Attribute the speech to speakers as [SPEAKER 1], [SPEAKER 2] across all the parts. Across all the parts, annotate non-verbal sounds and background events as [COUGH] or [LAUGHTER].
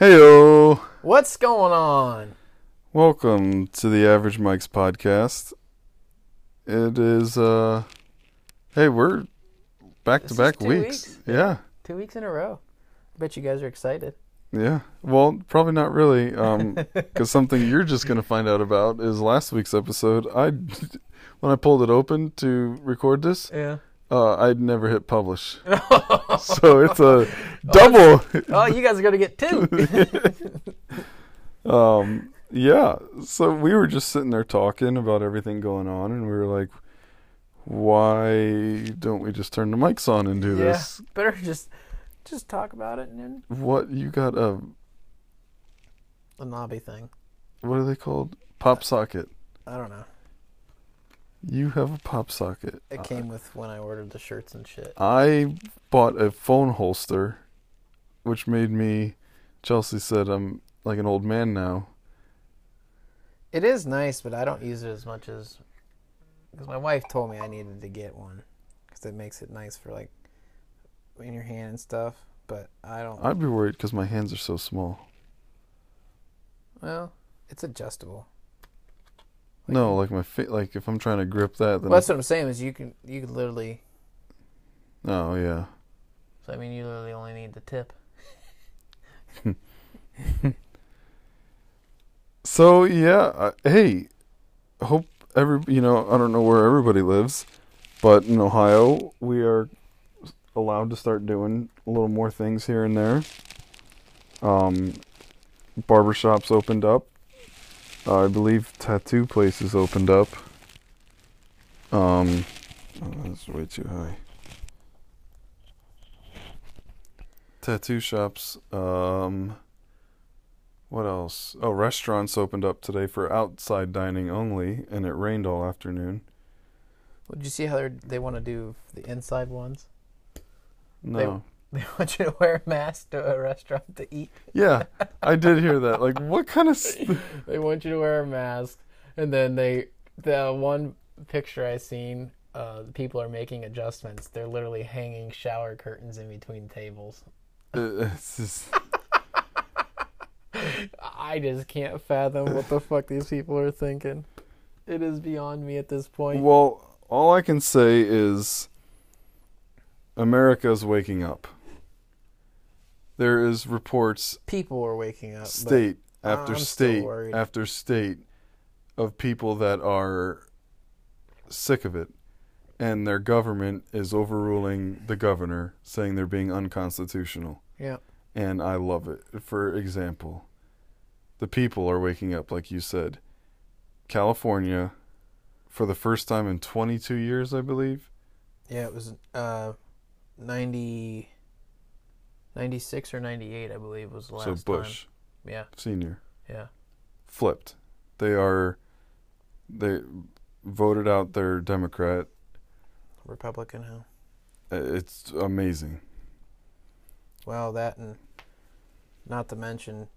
[SPEAKER 1] Heyo!
[SPEAKER 2] What's going on?
[SPEAKER 1] Welcome to the Average Mike's podcast. It is uh hey, we're back
[SPEAKER 2] This
[SPEAKER 1] to back
[SPEAKER 2] is two
[SPEAKER 1] weeks.
[SPEAKER 2] weeks.
[SPEAKER 1] Yeah.
[SPEAKER 2] Two weeks in a row. I bet you guys are excited.
[SPEAKER 1] Yeah. Well, probably not really
[SPEAKER 2] [LAUGHS]
[SPEAKER 1] um cuz something you're just going to find out about is last week's episode. I when I pulled it open to record this,
[SPEAKER 2] Yeah.
[SPEAKER 1] uh I'd never hit
[SPEAKER 2] [LAUGHS]
[SPEAKER 1] publish. so it's a double
[SPEAKER 2] Oh, you guys are gonna get two.
[SPEAKER 1] um yeah so we were just sitting there talking about everything going on and we were like why don't we just turn the mics on and do
[SPEAKER 2] yeah.
[SPEAKER 1] this
[SPEAKER 2] Better just just talk about it and then
[SPEAKER 1] what you got a
[SPEAKER 2] the knobby thing.
[SPEAKER 1] what are they called pop socket
[SPEAKER 2] I don't know.
[SPEAKER 1] you have a pop socket
[SPEAKER 2] It came with when I ordered the shirts and shit.
[SPEAKER 1] i bought a phone holster which made me chelsea said i'm like an old man now
[SPEAKER 2] It is nice, but I don't use it as much as because my wife told me I needed to get one because it makes it nice for like in your hand and stuff. But I don't.
[SPEAKER 1] i'd be worried because my hands are so small
[SPEAKER 2] well, it's adjustable.
[SPEAKER 1] no like my feet like if i'm trying to grip that then
[SPEAKER 2] Well, that's what I'm saying is you can you can literally.
[SPEAKER 1] oh yeah
[SPEAKER 2] So I mean, you literally only need the tip.
[SPEAKER 1] So yeah, I, hey, hope every you know I don't know where everybody lives, but in Ohio we are allowed to start doing a little more things here and there. Um, barbershops opened up. Uh, I believe tattoo places opened up. Um, oh, that's way too high. Tattoo shops. Um. What else? Oh, restaurants opened up today for outside dining only, and it rained all afternoon.
[SPEAKER 2] Well, did you see how they're, they want to do the inside ones? [LAUGHS]
[SPEAKER 1] No.
[SPEAKER 2] They [LAUGHS] want you to wear a mask to a restaurant to eat.
[SPEAKER 1] [LAUGHS] Yeah, I did hear that. Like, what kind of. St-
[SPEAKER 2] They want you to wear a mask, and then they the one picture I seen, uh, people are making adjustments. They're literally hanging shower curtains in between tables. [LAUGHS]
[SPEAKER 1] Uh, it's just-
[SPEAKER 2] I just can't fathom what the fuck these people are thinking. It is beyond me at this point.
[SPEAKER 1] well, all I can say is America's waking up. There is reports
[SPEAKER 2] people are waking up. but
[SPEAKER 1] state after
[SPEAKER 2] I'm still
[SPEAKER 1] state
[SPEAKER 2] worried.
[SPEAKER 1] after state of people that are sick of it and their government is overruling the governor saying they're being unconstitutional
[SPEAKER 2] yeah,
[SPEAKER 1] and I love it. For example, the people are waking up like you said. California for the first time in 22 years, I believe.
[SPEAKER 2] yeah, it was uh, 90, 96 or ninety eight, I believe, was the last
[SPEAKER 1] so Bush
[SPEAKER 2] time. Yeah,
[SPEAKER 1] senior
[SPEAKER 2] yeah.
[SPEAKER 1] flipped. They are they voted out their democrat
[SPEAKER 2] Republican, huh?
[SPEAKER 1] Uh, It's amazing.
[SPEAKER 2] Well, that and not to mention,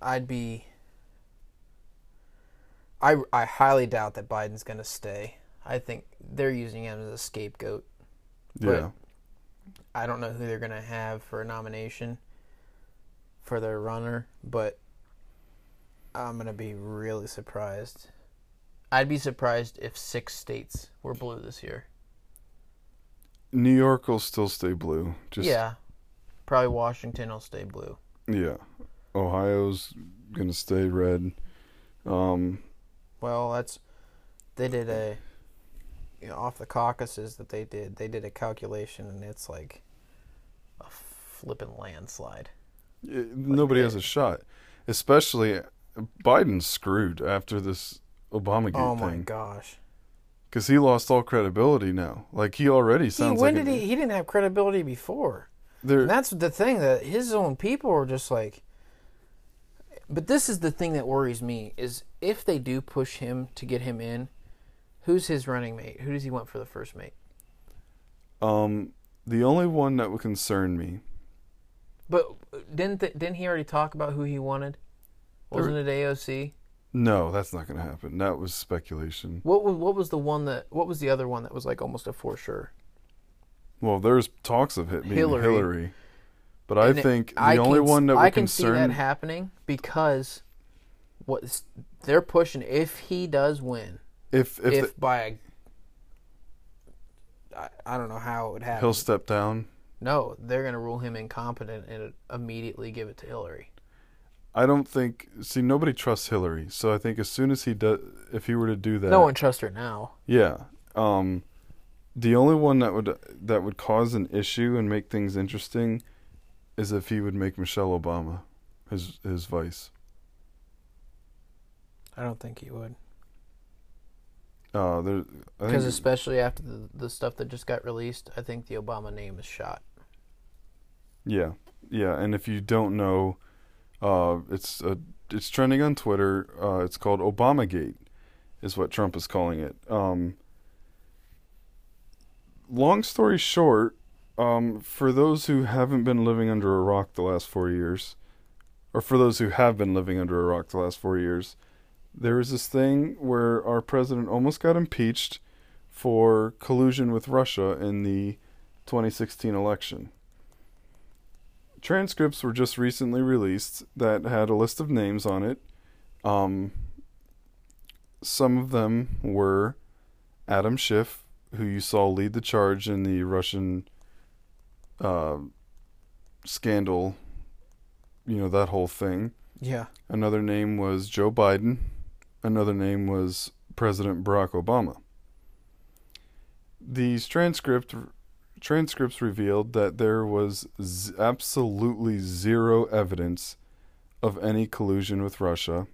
[SPEAKER 2] I'd be. I, I highly doubt that Biden's going to stay. I think they're using him as a scapegoat.
[SPEAKER 1] Yeah.
[SPEAKER 2] Right. I don't know who they're going to have for a nomination for their runner, but I'm going to be really surprised. I'd be surprised if six states were blue this year.
[SPEAKER 1] New York will still stay blue. Just
[SPEAKER 2] yeah. Probably Washington will stay blue.
[SPEAKER 1] yeah. Ohio's gonna stay red. Um
[SPEAKER 2] Well, that's they did a you know, off the caucuses that they did. They did a calculation, and it's like a flippin' landslide.
[SPEAKER 1] i- nobody has a shot. Especially Biden's screwed after this Obamagate
[SPEAKER 2] oh my
[SPEAKER 1] thing.
[SPEAKER 2] gosh!
[SPEAKER 1] Because he lost all credibility now. Like he already
[SPEAKER 2] He,
[SPEAKER 1] sounds
[SPEAKER 2] when
[SPEAKER 1] like
[SPEAKER 2] did he? He didn't have credibility before.
[SPEAKER 1] there-
[SPEAKER 2] And that's the thing that his own people are just like. But this is the thing that worries me is if they do push him to get him in, who's his running mate? Who does he want for the first mate?
[SPEAKER 1] um the only one that would concern me
[SPEAKER 2] uh, But didn't th- didn't he already talk about who he wanted? Wasn't it AOC?
[SPEAKER 1] No, that's not going to happen. That was speculation.
[SPEAKER 2] What was what was the one that what was the other one that was like almost a for sure?
[SPEAKER 1] Well, there's talks of it being
[SPEAKER 2] Hillary.
[SPEAKER 1] Hillary, but I
[SPEAKER 2] And it-
[SPEAKER 1] think the
[SPEAKER 2] I
[SPEAKER 1] only
[SPEAKER 2] can s-
[SPEAKER 1] one that
[SPEAKER 2] I
[SPEAKER 1] would
[SPEAKER 2] can see that
[SPEAKER 1] concern
[SPEAKER 2] happening because what s- they're pushing if he does win,
[SPEAKER 1] if if,
[SPEAKER 2] if,
[SPEAKER 1] the-
[SPEAKER 2] by a, I, I don't know how it would happen.
[SPEAKER 1] he'll step down.
[SPEAKER 2] no, they're going to rule him incompetent and immediately give it to Hillary.
[SPEAKER 1] I don't think. See, nobody trusts Hillary, so I think as soon as he does, if he were to do that,
[SPEAKER 2] No one trusts her now.
[SPEAKER 1] Yeah. Um, the only one that would that would cause an issue and make things interesting is if he would make Michelle Obama his his vice.
[SPEAKER 2] I don't think he would
[SPEAKER 1] Uh, there, I
[SPEAKER 2] because
[SPEAKER 1] think,
[SPEAKER 2] especially after the, the stuff that just got released, I think the Obama name is shot.
[SPEAKER 1] yeah, yeah. And if you don't know, uh, it's uh it's trending on Twitter. Uh, it's called Obamagate, is what Trump is calling it. Um, long story short, um, for those who haven't been living under a rock the last four years, or for those who have been living under a rock the last four years, there was this thing where our president almost got impeached for collusion with Russia in the 2016 election. Transcripts were just recently released that had a list of names on it. Um, some of them were Adam Schiff, who you saw lead the charge in the Russian uh, scandal, you know, that whole thing.
[SPEAKER 2] Yeah,
[SPEAKER 1] Another name was Joe Biden. Another name was President Barack Obama. These transcript transcripts revealed that there was z- absolutely zero evidence of any collusion with Russia.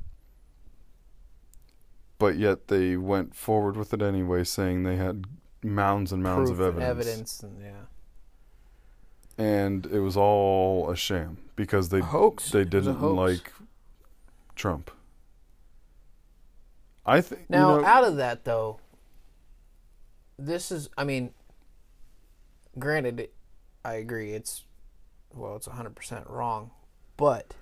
[SPEAKER 1] But yet they went forward with it anyway, saying they had mounds and mounds
[SPEAKER 2] Proof
[SPEAKER 1] of
[SPEAKER 2] and
[SPEAKER 1] evidence.
[SPEAKER 2] evidence and yeah.
[SPEAKER 1] And it was all a sham because they
[SPEAKER 2] A hoax.
[SPEAKER 1] they
[SPEAKER 2] It was a
[SPEAKER 1] didn't
[SPEAKER 2] hoax.
[SPEAKER 1] like Trump. I think
[SPEAKER 2] Now,
[SPEAKER 1] you know,
[SPEAKER 2] out of that though, this is I mean, granted, it- I agree it's well, it's 100% wrong, but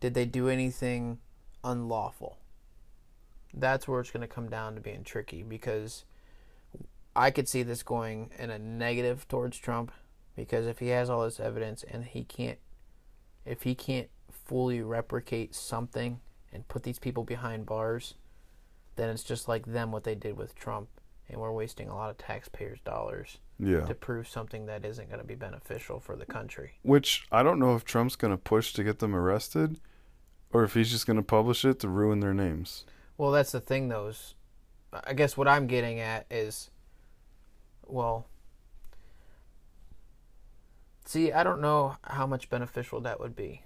[SPEAKER 2] did they do anything unlawful? That's where it's going to come down to being tricky because I could see this going in a negative towards Trump because if he has all this evidence and he can't if he can't fully replicate something and put these people behind bars, then it's just like them what they did with Trump, and we're wasting a lot of taxpayers' dollars
[SPEAKER 1] yeah.
[SPEAKER 2] to prove something that isn't going to be beneficial for the country.
[SPEAKER 1] Which I don't know if Trump's going to push to get them arrested, or if he's just going to publish it to ruin their names.
[SPEAKER 2] Well, that's the thing, though. Is I guess what I'm getting at is, well, see, I don't know how much beneficial that would be,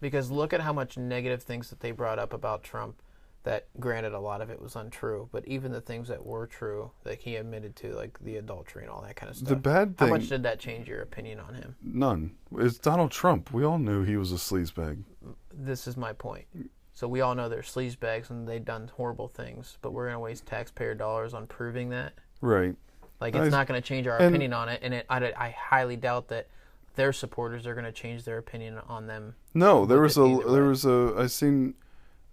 [SPEAKER 2] because look at how much negative things that they brought up about Trump. That granted, a lot of it was untrue, but even the things that were true, like he admitted to, like the adultery and all that kind of stuff.
[SPEAKER 1] The bad
[SPEAKER 2] how
[SPEAKER 1] thing,
[SPEAKER 2] much did that change your opinion on him?
[SPEAKER 1] none. It's Donald Trump. We all knew he was a sleazebag.
[SPEAKER 2] this is my point. So we all know they're sleazebags and they've done horrible things, but we're gonna waste taxpayer dollars on proving that.
[SPEAKER 1] Right.
[SPEAKER 2] Like it's
[SPEAKER 1] I-
[SPEAKER 2] not gonna change our
[SPEAKER 1] and-
[SPEAKER 2] opinion on it, and it, I, I highly doubt that their supporters are gonna change their opinion on them.
[SPEAKER 1] No, there
[SPEAKER 2] Look
[SPEAKER 1] was
[SPEAKER 2] at
[SPEAKER 1] a
[SPEAKER 2] either
[SPEAKER 1] there
[SPEAKER 2] way.
[SPEAKER 1] was a I seen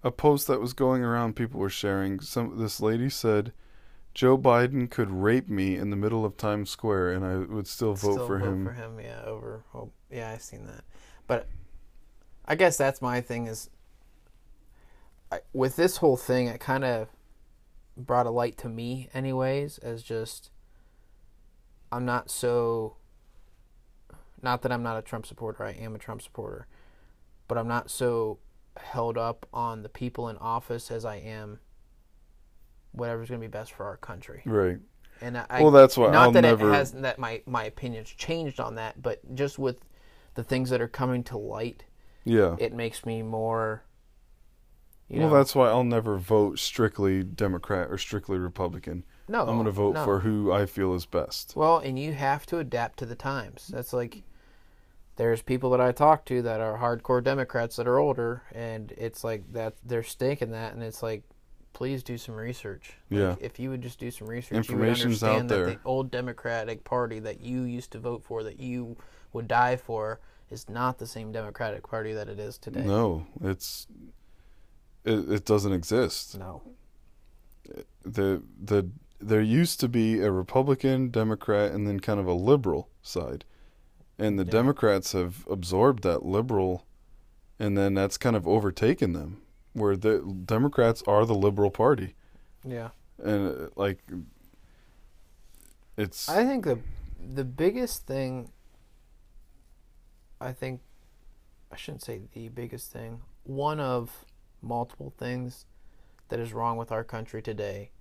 [SPEAKER 1] a post that was going around. People were sharing. Some this lady said, "Joe Biden could rape me in the middle of Times Square, and I would still vote
[SPEAKER 2] Still
[SPEAKER 1] for him."
[SPEAKER 2] for him, yeah. Over, oh, yeah, I've seen that, but I guess that's my thing is. I, with this whole thing, it kind of brought a light to me, anyways, as just I'm not so. Not that I'm not a Trump supporter, I am a Trump supporter. But I'm not so held up on the people in office as I am whatever's going to be best for our country.
[SPEAKER 1] Right.
[SPEAKER 2] And I,
[SPEAKER 1] Well, that's why
[SPEAKER 2] not
[SPEAKER 1] I'll
[SPEAKER 2] that
[SPEAKER 1] never-
[SPEAKER 2] it has that my my opinion's changed on that, but just with the things that are coming to light,
[SPEAKER 1] Yeah.
[SPEAKER 2] it makes me more. You
[SPEAKER 1] well,
[SPEAKER 2] know,
[SPEAKER 1] that's why I'll never vote strictly Democrat or strictly Republican.
[SPEAKER 2] no,
[SPEAKER 1] I'm going to vote
[SPEAKER 2] no.
[SPEAKER 1] for who I feel is best.
[SPEAKER 2] Well, and you have to adapt to the times. That's like there's people that I talk to that are hardcore Democrats that are older, and it's like that they're staking that, and it's like, please do some research. Like,
[SPEAKER 1] Yeah.
[SPEAKER 2] If you would just do some research,
[SPEAKER 1] Information's
[SPEAKER 2] you would
[SPEAKER 1] out
[SPEAKER 2] understand that
[SPEAKER 1] there.
[SPEAKER 2] the old Democratic Party that you used to vote for, that you would die for, is not the same Democratic Party that it is today.
[SPEAKER 1] No, it's it, it doesn't exist.
[SPEAKER 2] No.
[SPEAKER 1] The the there used to be a Republican, Democrat, and then kind of a liberal side, and the
[SPEAKER 2] Yeah.
[SPEAKER 1] Democrats have absorbed that liberal, and then that's kind of overtaken them, where the Democrats are the liberal party,
[SPEAKER 2] Yeah.
[SPEAKER 1] and uh, like it's
[SPEAKER 2] I think the the biggest thing I think I shouldn't say the biggest thing. One of multiple things that is wrong with our country today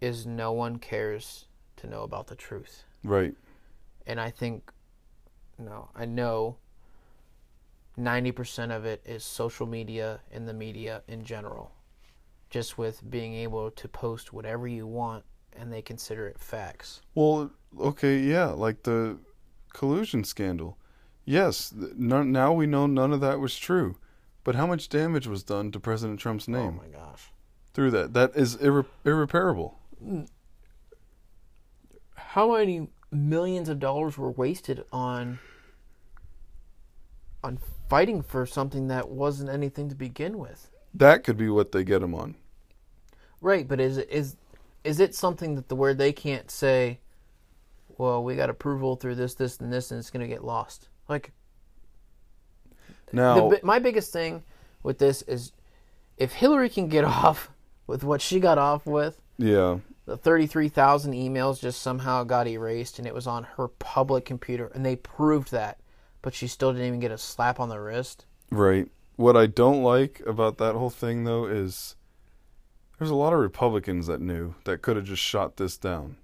[SPEAKER 2] is no one cares to know about the truth.
[SPEAKER 1] right,
[SPEAKER 2] And I think no, I know 90% of it is social media and the media in general. Just with being able to post whatever you want and they consider it facts.
[SPEAKER 1] Well, okay, yeah, like the collusion scandal. Yes, th- no, now we know none of that was true. But how much damage was done to President Trump's
[SPEAKER 2] Oh
[SPEAKER 1] name
[SPEAKER 2] my gosh.
[SPEAKER 1] through that? That is irre- irreparable.
[SPEAKER 2] how many millions of dollars were wasted on on fighting for something that wasn't anything to begin with
[SPEAKER 1] That could be what they get him on.
[SPEAKER 2] right but is it is is it something that the word they can't say well we got approval through this this and this and it's going to get lost like
[SPEAKER 1] Now,
[SPEAKER 2] the, bi- my biggest thing with this is if hillary can get [LAUGHS] off with what she got off with
[SPEAKER 1] yeah,
[SPEAKER 2] the 33,000 emails just somehow got erased and it was on her public computer and they proved that but she still didn't even get a slap on the wrist
[SPEAKER 1] right. What I don't like about that whole thing, though, is there's a lot of Republicans that knew that could have just shot this down.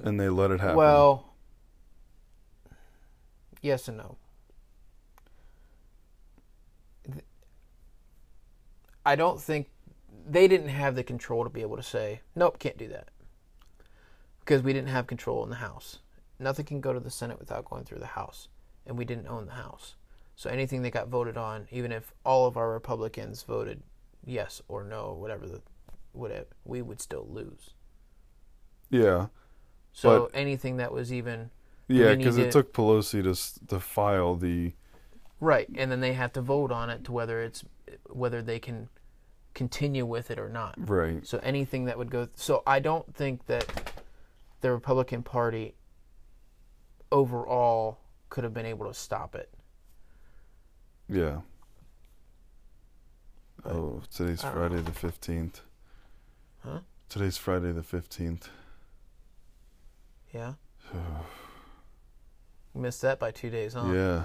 [SPEAKER 1] And they let it happen.
[SPEAKER 2] well yes and no Th- i don't think they didn't have the control to be able to say nope can't do that because we didn't have control in the house nothing can go to the senate without going through the house and we didn't own the house so anything that got voted on even if all of our republicans voted yes or no whatever the whatever we would still lose
[SPEAKER 1] yeah.
[SPEAKER 2] so anything that was even
[SPEAKER 1] Yeah,
[SPEAKER 2] We need
[SPEAKER 1] because it
[SPEAKER 2] to-
[SPEAKER 1] took Pelosi to, s- to file the.
[SPEAKER 2] Right, and then they have to vote on it to whether it's whether they can continue with it or not.
[SPEAKER 1] Right.
[SPEAKER 2] So anything that would go so I don't think that the Republican Party overall could have been able to stop it.
[SPEAKER 1] Yeah. Oh, today's
[SPEAKER 2] I don't
[SPEAKER 1] Friday the 15th.
[SPEAKER 2] Huh?
[SPEAKER 1] Today's Friday the 15th.
[SPEAKER 2] Yeah. Missed that by two days, huh?
[SPEAKER 1] Yeah.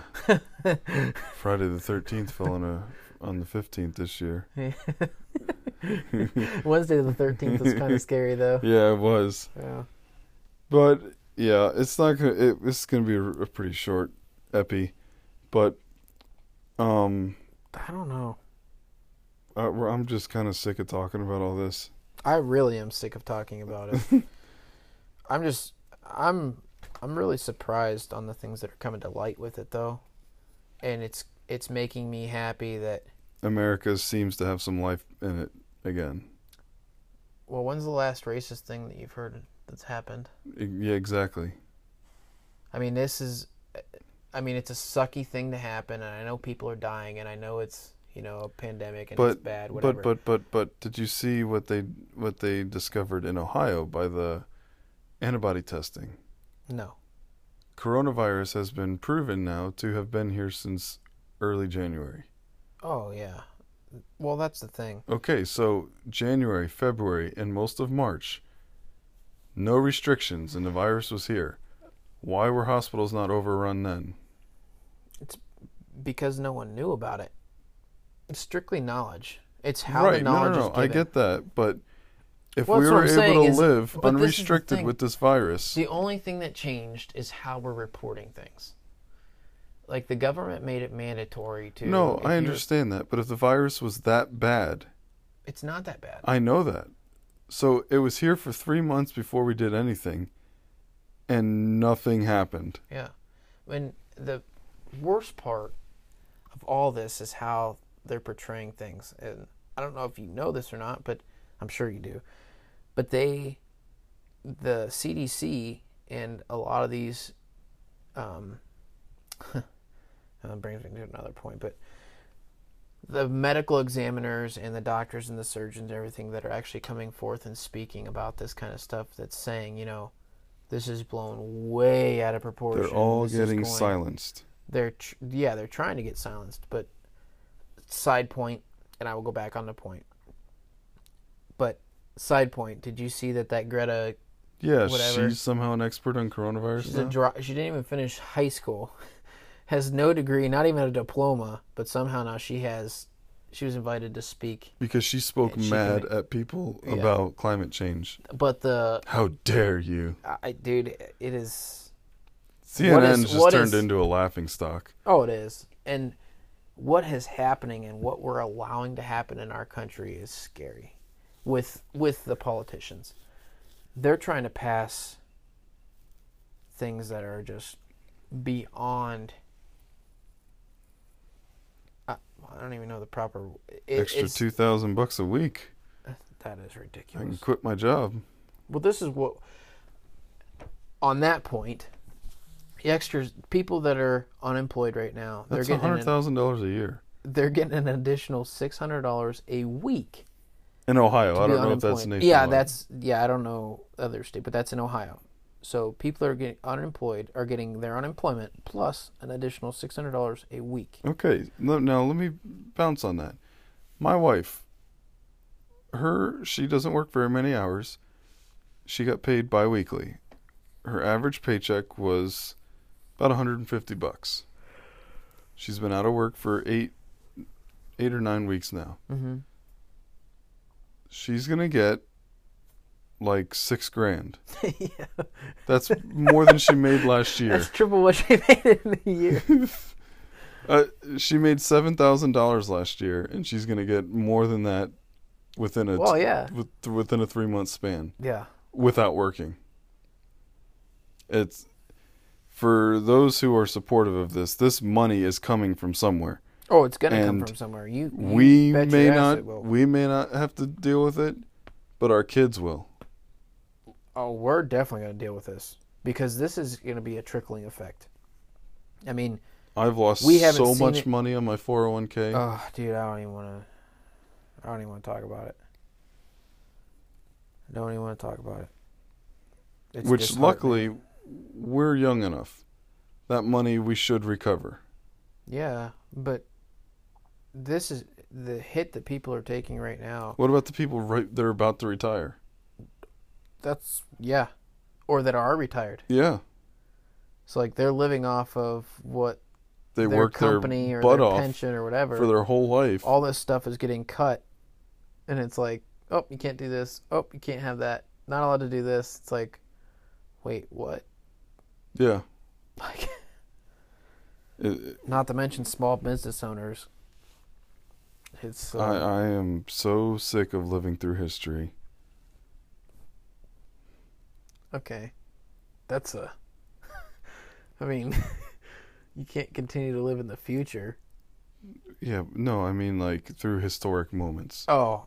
[SPEAKER 1] Friday the 13th fell on, a, on the 15th this year. [LAUGHS]
[SPEAKER 2] [LAUGHS] Wednesday the thirteenth was kind of scary though.
[SPEAKER 1] Yeah, it was.
[SPEAKER 2] Yeah.
[SPEAKER 1] But yeah, it's not gonna. It, it's gonna be a, a pretty short epi, but um,
[SPEAKER 2] I don't know.
[SPEAKER 1] I, I'm just kind of sick of talking about all this.
[SPEAKER 2] I really am sick of talking about
[SPEAKER 1] [LAUGHS]
[SPEAKER 2] it. I'm just I'm I'm really surprised on the things that are coming to light with it though. And it's it's making me happy that
[SPEAKER 1] America seems to have some life in it again.
[SPEAKER 2] well, when's the last racist thing that you've heard that's happened?
[SPEAKER 1] E, Yeah, exactly.
[SPEAKER 2] I mean, this is I mean, it's a sucky thing to happen and I know people are dying and I know it's, you know, a pandemic and it's bad whatever.
[SPEAKER 1] But but but but did you see what they what they discovered in Ohio by the antibody testing?
[SPEAKER 2] no.
[SPEAKER 1] Coronavirus has been proven now to have been here since early January.
[SPEAKER 2] Oh, yeah. Well, that's the thing.
[SPEAKER 1] Okay, so January, February, and most of March, no restrictions, and the virus was here. Why were hospitals not overrun then?
[SPEAKER 2] Because no one knew about it. It's strictly knowledge. It's how the
[SPEAKER 1] no,
[SPEAKER 2] knowledge
[SPEAKER 1] no, no.
[SPEAKER 2] is
[SPEAKER 1] I
[SPEAKER 2] given.
[SPEAKER 1] get that, but if
[SPEAKER 2] Well,
[SPEAKER 1] we
[SPEAKER 2] that's what
[SPEAKER 1] were
[SPEAKER 2] I'm
[SPEAKER 1] able
[SPEAKER 2] saying
[SPEAKER 1] to
[SPEAKER 2] is-
[SPEAKER 1] live
[SPEAKER 2] but this is the
[SPEAKER 1] unrestricted
[SPEAKER 2] thing.
[SPEAKER 1] with this virus,
[SPEAKER 2] The only thing that changed is how we're reporting things. Like the government made it mandatory to.
[SPEAKER 1] No,
[SPEAKER 2] if
[SPEAKER 1] I
[SPEAKER 2] you're-
[SPEAKER 1] understand that, but if the virus was that bad,
[SPEAKER 2] It's not that bad.
[SPEAKER 1] I know that. So it was here for three months before we did anything, and nothing happened.
[SPEAKER 2] Yeah. When the worst part of all this is how they're portraying things. And I don't know if you know this or not, but I'm sure you do. But they, the CDC and a lot of these, [LAUGHS] um, that brings me to another point, but the medical examiners and the doctors and the surgeons and everything that are actually coming forth and speaking about this kind of stuff that's saying, you know, this is blown way out of proportion.
[SPEAKER 1] They're all
[SPEAKER 2] This is
[SPEAKER 1] getting
[SPEAKER 2] going-
[SPEAKER 1] silenced.
[SPEAKER 2] They're tr- yeah, they're trying to get silenced, but side point, and I will go back on the point. But side point, did you see that that Greta?
[SPEAKER 1] Yeah,
[SPEAKER 2] Whatever.
[SPEAKER 1] she's somehow an expert on coronavirus
[SPEAKER 2] She's
[SPEAKER 1] now.
[SPEAKER 2] a dro- she didn't even finish high school, [LAUGHS] has no degree, not even a diploma, but somehow now she has. She was invited to speak,
[SPEAKER 1] because she spoke
[SPEAKER 2] Yeah, she
[SPEAKER 1] mad
[SPEAKER 2] did.
[SPEAKER 1] at people
[SPEAKER 2] Yeah.
[SPEAKER 1] about climate change.
[SPEAKER 2] but the
[SPEAKER 1] How dare you?
[SPEAKER 2] I, dude, it is.
[SPEAKER 1] CNN
[SPEAKER 2] is-
[SPEAKER 1] just
[SPEAKER 2] what
[SPEAKER 1] turned
[SPEAKER 2] is-
[SPEAKER 1] into a laughing stock.
[SPEAKER 2] Oh, it is. And what is happening and what we're allowing to happen in our country is scary. With with the politicians, they're trying to pass things that are just beyond. I, I don't even know the proper. It,
[SPEAKER 1] Extra
[SPEAKER 2] it's-
[SPEAKER 1] two thousand bucks a week.
[SPEAKER 2] That is
[SPEAKER 1] I can
[SPEAKER 2] ridiculous.
[SPEAKER 1] quit my job.
[SPEAKER 2] Well, this is what. On that point, the extras people that are unemployed right now, they're
[SPEAKER 1] That's
[SPEAKER 2] getting an-
[SPEAKER 1] hundred thousand dollars a year
[SPEAKER 2] they're getting an additional six hundred dollars a week.
[SPEAKER 1] in Ohio.
[SPEAKER 2] to
[SPEAKER 1] I
[SPEAKER 2] be
[SPEAKER 1] don't know if that's
[SPEAKER 2] unemployed.
[SPEAKER 1] nationwide.
[SPEAKER 2] Yeah, that's yeah. I don't know other state, but that's in Ohio. So people that are getting unemployed are getting their unemployment plus an additional six hundred dollars a week.
[SPEAKER 1] okay. le- Now let me bounce on that. My wife, her she doesn't work very many hours. She got paid biweekly. Her average paycheck was about 150 bucks. She's been out of work for eight, eight or nine weeks now.
[SPEAKER 2] Mm-hmm.
[SPEAKER 1] She's gonna get like six grand.
[SPEAKER 2] [LAUGHS] yeah,
[SPEAKER 1] That's more than she made
[SPEAKER 2] [LAUGHS]
[SPEAKER 1] last year.
[SPEAKER 2] that's triple what she made in a year.
[SPEAKER 1] Uh, she made seven thousand dollars last year, and she's gonna get more than that within a
[SPEAKER 2] well, yeah,
[SPEAKER 1] with, within a three month span
[SPEAKER 2] yeah.
[SPEAKER 1] without working. It's for those who are supportive of this. This money is coming from somewhere.
[SPEAKER 2] Oh, it's gonna come
[SPEAKER 1] And
[SPEAKER 2] from somewhere. You, you
[SPEAKER 1] We
[SPEAKER 2] bet your
[SPEAKER 1] may
[SPEAKER 2] ass
[SPEAKER 1] not
[SPEAKER 2] it will.
[SPEAKER 1] we may not have to deal with it, but our kids will.
[SPEAKER 2] Oh, we're definitely gonna deal with this because this is gonna be a trickling effect. I mean,
[SPEAKER 1] I've lost
[SPEAKER 2] We haven't
[SPEAKER 1] so
[SPEAKER 2] seen
[SPEAKER 1] much
[SPEAKER 2] it-
[SPEAKER 1] money on my four hundred one k.
[SPEAKER 2] Oh, dude, I don't even want to. I don't even want to talk about it. I don't even want to talk about it. It's
[SPEAKER 1] Which
[SPEAKER 2] disheartening.
[SPEAKER 1] luckily, we're young enough. That money we should recover.
[SPEAKER 2] yeah, but this is the hit that people are taking right now.
[SPEAKER 1] What about the people right they're about to retire?
[SPEAKER 2] That's yeah, or that are retired.
[SPEAKER 1] Yeah,
[SPEAKER 2] So like they're living off of what
[SPEAKER 1] they
[SPEAKER 2] their
[SPEAKER 1] worked
[SPEAKER 2] company
[SPEAKER 1] their
[SPEAKER 2] or
[SPEAKER 1] butt
[SPEAKER 2] their
[SPEAKER 1] off
[SPEAKER 2] pension or whatever.
[SPEAKER 1] for their whole life.
[SPEAKER 2] All this stuff is getting cut, and it's like, oh, you can't do this. Oh, you can't have that. Not allowed to do this. It's like, wait, what? [LAUGHS]
[SPEAKER 1] yeah,
[SPEAKER 2] Like.
[SPEAKER 1] It-
[SPEAKER 2] Not to mention small business owners. It's uh,
[SPEAKER 1] I, I am so sick of living through history.
[SPEAKER 2] okay. That's a. [LAUGHS] I mean, [LAUGHS] you can't continue to live in the future.
[SPEAKER 1] Yeah, no, I mean like through historic moments.
[SPEAKER 2] Oh,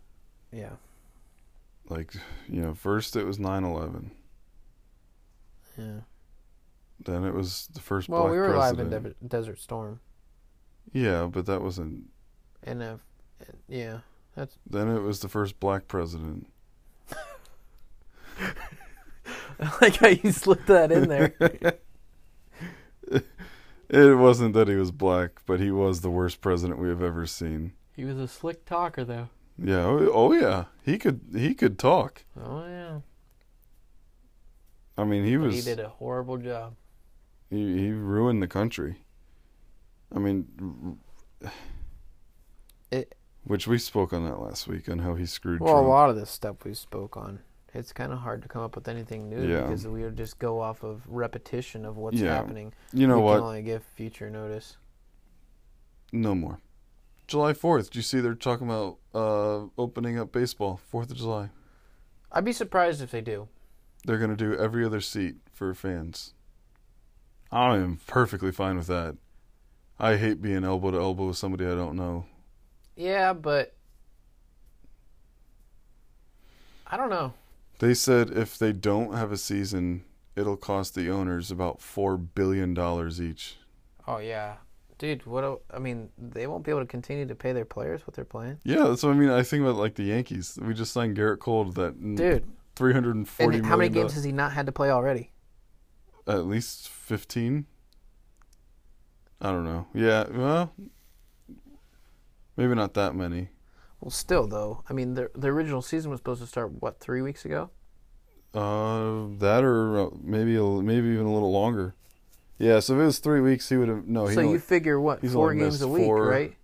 [SPEAKER 2] yeah,
[SPEAKER 1] Like, you know, first it was 9/11,
[SPEAKER 2] yeah.
[SPEAKER 1] then it was the first
[SPEAKER 2] Well,
[SPEAKER 1] black
[SPEAKER 2] we were
[SPEAKER 1] president.
[SPEAKER 2] live in De- Desert Storm,
[SPEAKER 1] yeah, but that wasn't.
[SPEAKER 2] and uh, and- yeah, [LAUGHS] that's
[SPEAKER 1] Then it was the first black president.
[SPEAKER 2] I like how you slipped that
[SPEAKER 1] [LAUGHS]
[SPEAKER 2] in there.
[SPEAKER 1] It wasn't that he was black, but he was the worst president we have ever seen.
[SPEAKER 2] he was a slick talker, though.
[SPEAKER 1] Yeah, oh, oh yeah, he could he could talk.
[SPEAKER 2] Oh yeah,
[SPEAKER 1] I mean, he
[SPEAKER 2] but
[SPEAKER 1] was
[SPEAKER 2] he did a horrible job.
[SPEAKER 1] He he ruined the country. I mean,
[SPEAKER 2] It-
[SPEAKER 1] which we spoke on that last week on how he screwed
[SPEAKER 2] Well, a
[SPEAKER 1] Trump.
[SPEAKER 2] lot of this stuff we spoke on. It's kind of hard to come up with anything new
[SPEAKER 1] Yeah.
[SPEAKER 2] because we would just go off of repetition of what's
[SPEAKER 1] Yeah.
[SPEAKER 2] happening.
[SPEAKER 1] You know
[SPEAKER 2] we
[SPEAKER 1] what?
[SPEAKER 2] can only give future notice.
[SPEAKER 1] No more. July Fourth. Do you see they're talking about uh, opening up baseball Fourth of July?
[SPEAKER 2] I'd be surprised if they do.
[SPEAKER 1] They're gonna do every other seat for fans. I am perfectly fine with that. I hate being elbow to elbow with somebody I don't know.
[SPEAKER 2] Yeah, but I don't know.
[SPEAKER 1] They said if they don't have a season, it'll cost the owners about four billion dollars each.
[SPEAKER 2] Oh yeah, Dude, what? A, I mean, they won't be able to continue to pay their players what they're playing.
[SPEAKER 1] Yeah, that's what I mean. I think about like the Yankees. We just signed Garrett Cole to that mm,
[SPEAKER 2] Dude,
[SPEAKER 1] three hundred and forty
[SPEAKER 2] and
[SPEAKER 1] million.
[SPEAKER 2] how many games has he not had to play already?
[SPEAKER 1] at least fifteen. I don't know. Yeah, well, maybe not that many.
[SPEAKER 2] Well, still though, I mean, the the original season was supposed to start what three weeks ago.
[SPEAKER 1] Uh, that or uh, maybe a, maybe even a little longer. Yeah, so if it was three weeks, he would have no. He
[SPEAKER 2] so
[SPEAKER 1] only-
[SPEAKER 2] you figure what
[SPEAKER 1] he's
[SPEAKER 2] four
[SPEAKER 1] only
[SPEAKER 2] games
[SPEAKER 1] missed
[SPEAKER 2] a week,
[SPEAKER 1] four
[SPEAKER 2] right?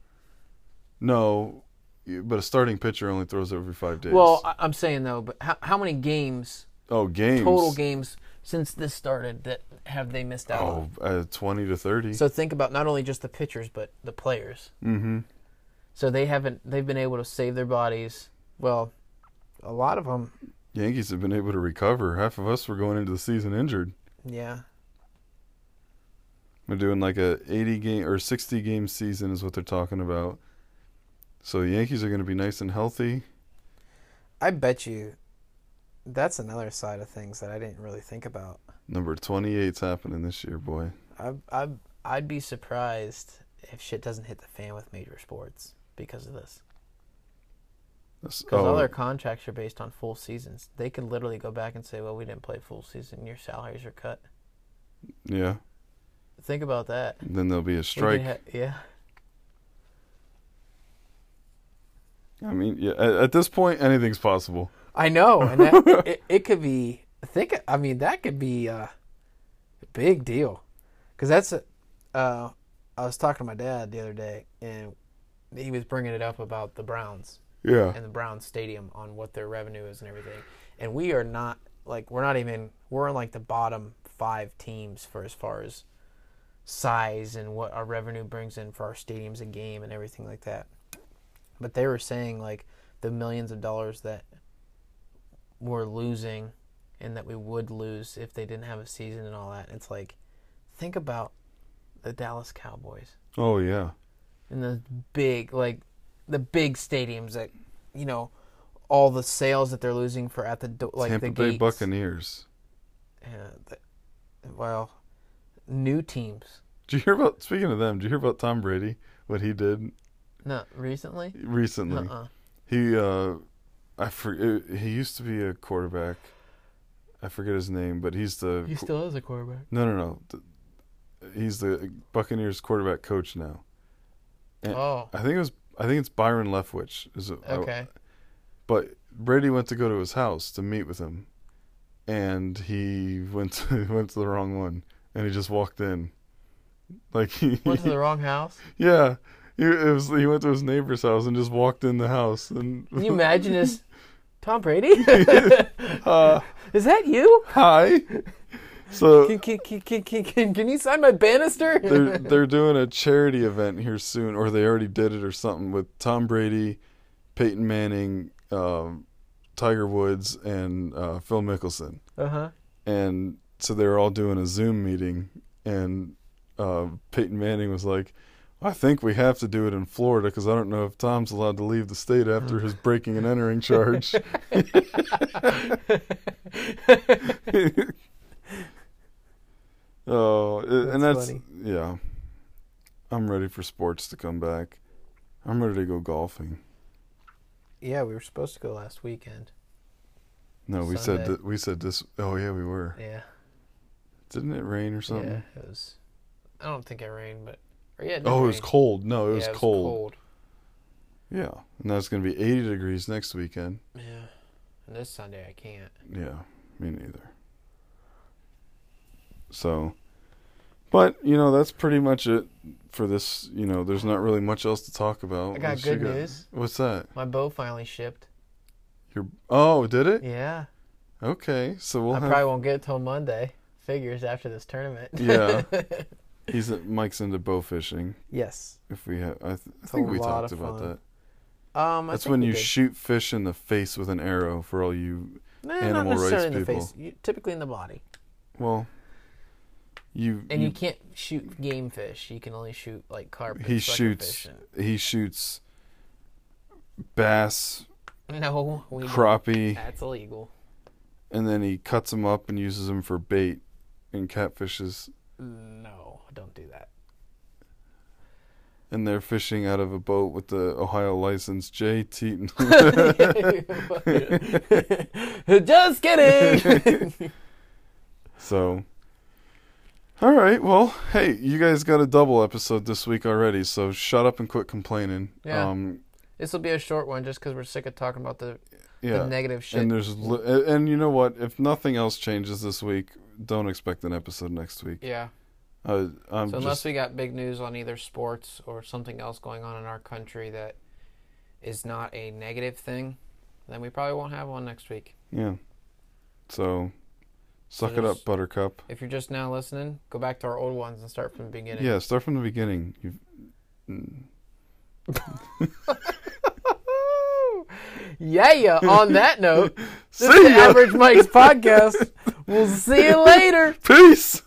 [SPEAKER 1] no, you- but a starting pitcher only throws every five days.
[SPEAKER 2] Well, I, I'm saying though, but how how many games
[SPEAKER 1] oh, games
[SPEAKER 2] total games since this started that have they missed out?
[SPEAKER 1] Oh,
[SPEAKER 2] on?
[SPEAKER 1] uh, twenty to thirty.
[SPEAKER 2] So think about not only just the pitchers but the players.
[SPEAKER 1] mm-hmm.
[SPEAKER 2] So they haven't they've been able to save their bodies. Well, a lot of them,
[SPEAKER 1] Yankees have been able to recover. Half of us were going into the season injured.
[SPEAKER 2] yeah.
[SPEAKER 1] We're doing like a 80 game or 60 game season is what they're talking about. So the Yankees are going to be nice and healthy.
[SPEAKER 2] I bet you that's another side of things that I didn't really think about.
[SPEAKER 1] Number 28's happening this year, boy.
[SPEAKER 2] I I I'd be surprised if shit doesn't hit the fan with major sports because of this.
[SPEAKER 1] That's-
[SPEAKER 2] Because all
[SPEAKER 1] oh,
[SPEAKER 2] their contracts are based on full seasons. They could literally go back and say, "Well, we didn't play full season. Your salaries are cut."
[SPEAKER 1] yeah.
[SPEAKER 2] Think about that.
[SPEAKER 1] Then there'll be a
[SPEAKER 2] We could
[SPEAKER 1] strike.
[SPEAKER 2] ha- yeah.
[SPEAKER 1] I mean, yeah, at, at this point, anything's possible.
[SPEAKER 2] I know, and that, it, it could be. Think. I mean, that could be uh, a big deal, because that's. A, uh, I was talking to my dad the other day, and he was bringing it up about the Browns
[SPEAKER 1] Yeah.
[SPEAKER 2] and the Browns Stadium on what their revenue is and everything, and we are not like we're not even we're in like the bottom five teams for as far as size and what our revenue brings in for our stadiums and game and everything like that. But they were saying like the millions of dollars that we're losing and that we would lose if they didn't have a season and all that. It's like think about the Dallas Cowboys
[SPEAKER 1] Oh, yeah.
[SPEAKER 2] and the big like the big stadiums that you know all the sales that they're losing for at the do- like
[SPEAKER 1] Tampa
[SPEAKER 2] the
[SPEAKER 1] Bay
[SPEAKER 2] gates.
[SPEAKER 1] Buccaneers.
[SPEAKER 2] Yeah, the- well, new teams.
[SPEAKER 1] Did you hear about, speaking of them, did you hear about Tom Brady, what he did
[SPEAKER 2] Not recently. Uh
[SPEAKER 1] recently?
[SPEAKER 2] uh
[SPEAKER 1] He uh I forget he used to be a quarterback. I forget his name, but he's the
[SPEAKER 2] He still is a quarterback.
[SPEAKER 1] No, no, no. Th- He's the Buccaneers quarterback coach now. Yeah. Oh.
[SPEAKER 2] Oh,
[SPEAKER 1] I think it was I think it's Byron Leftwich. Is it,
[SPEAKER 2] okay.
[SPEAKER 1] but Brady went to go to his house to meet with him and he went to [LAUGHS] went to the wrong one and he just walked in. Like he
[SPEAKER 2] Went to the wrong house.
[SPEAKER 1] [LAUGHS] Yeah. He, it was, he went to his neighbor's house and just walked in the house and
[SPEAKER 2] Can
[SPEAKER 1] [LAUGHS]
[SPEAKER 2] you imagine this? Tom Brady? [LAUGHS]
[SPEAKER 1] uh,
[SPEAKER 2] is that you? [LAUGHS]
[SPEAKER 1] hi. So
[SPEAKER 2] Can, can, can, can, can, can, can you sign my banister? [LAUGHS]
[SPEAKER 1] they're they're doing a charity event here soon, or they already did it or something with Tom Brady, Peyton Manning, um, Tiger Woods, and uh, Phil Mickelson,
[SPEAKER 2] Uh huh.
[SPEAKER 1] and so they were all doing a Zoom meeting, and uh, Peyton Manning was like. I think we have to do it in Florida because I don't know if Tom's allowed to leave the state after his breaking and entering
[SPEAKER 2] [LAUGHS]
[SPEAKER 1] charge. [LAUGHS] oh, it- and
[SPEAKER 2] That's
[SPEAKER 1] that's
[SPEAKER 2] funny.
[SPEAKER 1] yeah. I'm ready for sports to come back. I'm ready to go golfing.
[SPEAKER 2] Yeah, we were supposed to go last weekend.
[SPEAKER 1] No, we said
[SPEAKER 2] Sunday.
[SPEAKER 1] that we said this. Oh yeah, we were.
[SPEAKER 2] Yeah.
[SPEAKER 1] Didn't it rain or something?
[SPEAKER 2] Yeah, it was. I don't think it rained, but or yeah. It did
[SPEAKER 1] Oh, it was
[SPEAKER 2] rain.
[SPEAKER 1] cold. No, it
[SPEAKER 2] Yeah,
[SPEAKER 1] was, cold. Yeah, and that's gonna be 80 degrees next weekend.
[SPEAKER 2] Yeah, and this Sunday I can't.
[SPEAKER 1] Yeah, me neither. So, but you know that's pretty much it for this. You know, there's not really much else to talk about.
[SPEAKER 2] I got
[SPEAKER 1] unless you
[SPEAKER 2] good news.
[SPEAKER 1] What's that?
[SPEAKER 2] My bow finally shipped.
[SPEAKER 1] Your oh, did it?
[SPEAKER 2] Yeah,
[SPEAKER 1] Okay, so we'll
[SPEAKER 2] I
[SPEAKER 1] have.
[SPEAKER 2] probably won't get it till Monday. Figures after this tournament.
[SPEAKER 1] yeah,
[SPEAKER 2] [LAUGHS]
[SPEAKER 1] he's uh, Mike's into bow fishing.
[SPEAKER 2] yes.
[SPEAKER 1] If we have, I, th- I
[SPEAKER 2] It's a
[SPEAKER 1] think we
[SPEAKER 2] lot
[SPEAKER 1] talked
[SPEAKER 2] of
[SPEAKER 1] about
[SPEAKER 2] fun.
[SPEAKER 1] that.
[SPEAKER 2] Um, I
[SPEAKER 1] That's
[SPEAKER 2] think
[SPEAKER 1] when
[SPEAKER 2] we
[SPEAKER 1] you
[SPEAKER 2] did.
[SPEAKER 1] shoot fish in the face with an arrow. For all you,
[SPEAKER 2] Nah, not
[SPEAKER 1] animal
[SPEAKER 2] necessarily
[SPEAKER 1] rights
[SPEAKER 2] in the
[SPEAKER 1] people.
[SPEAKER 2] face. You, typically in the body,
[SPEAKER 1] well, you
[SPEAKER 2] and
[SPEAKER 1] you
[SPEAKER 2] you, can't shoot game fish. You can only shoot like carp.
[SPEAKER 1] he shoots he shoots bass
[SPEAKER 2] [LAUGHS] No, we don't.
[SPEAKER 1] crappie
[SPEAKER 2] That's illegal.
[SPEAKER 1] and then he cuts them up and uses them for bait in catfishes [LAUGHS]
[SPEAKER 2] No, don't do that.
[SPEAKER 1] and they're fishing out of a boat with the Ohio license. J. Teton.
[SPEAKER 2] [LAUGHS]
[SPEAKER 1] [LAUGHS] [LAUGHS]
[SPEAKER 2] Just kidding.
[SPEAKER 1] So, all right. Well, hey, you guys got a double episode this week already. So shut up and quit complaining.
[SPEAKER 2] Yeah.
[SPEAKER 1] Um,
[SPEAKER 2] this will be a short one just because we're sick of talking about the,
[SPEAKER 1] yeah.
[SPEAKER 2] the negative shit.
[SPEAKER 1] and there's li- a- and you know what? If nothing else changes this week, don't expect an episode next week.
[SPEAKER 2] yeah.
[SPEAKER 1] Uh, I'm
[SPEAKER 2] So unless
[SPEAKER 1] just
[SPEAKER 2] we got big news on either sports or something else going on in our country that is not a negative thing, then we probably won't have one next week.
[SPEAKER 1] yeah. So, suck it up,
[SPEAKER 2] there's-
[SPEAKER 1] Buttercup.
[SPEAKER 2] If you're just now listening, go back to our old ones and start from the beginning.
[SPEAKER 1] Yeah, start from the beginning. You've, mm.
[SPEAKER 2] Yeah, yeah.
[SPEAKER 1] [LAUGHS]
[SPEAKER 2] On that note, this
[SPEAKER 1] See
[SPEAKER 2] is the
[SPEAKER 1] ya.
[SPEAKER 2] Average Mike's podcast. We'll see you later.
[SPEAKER 1] [LAUGHS] Peace.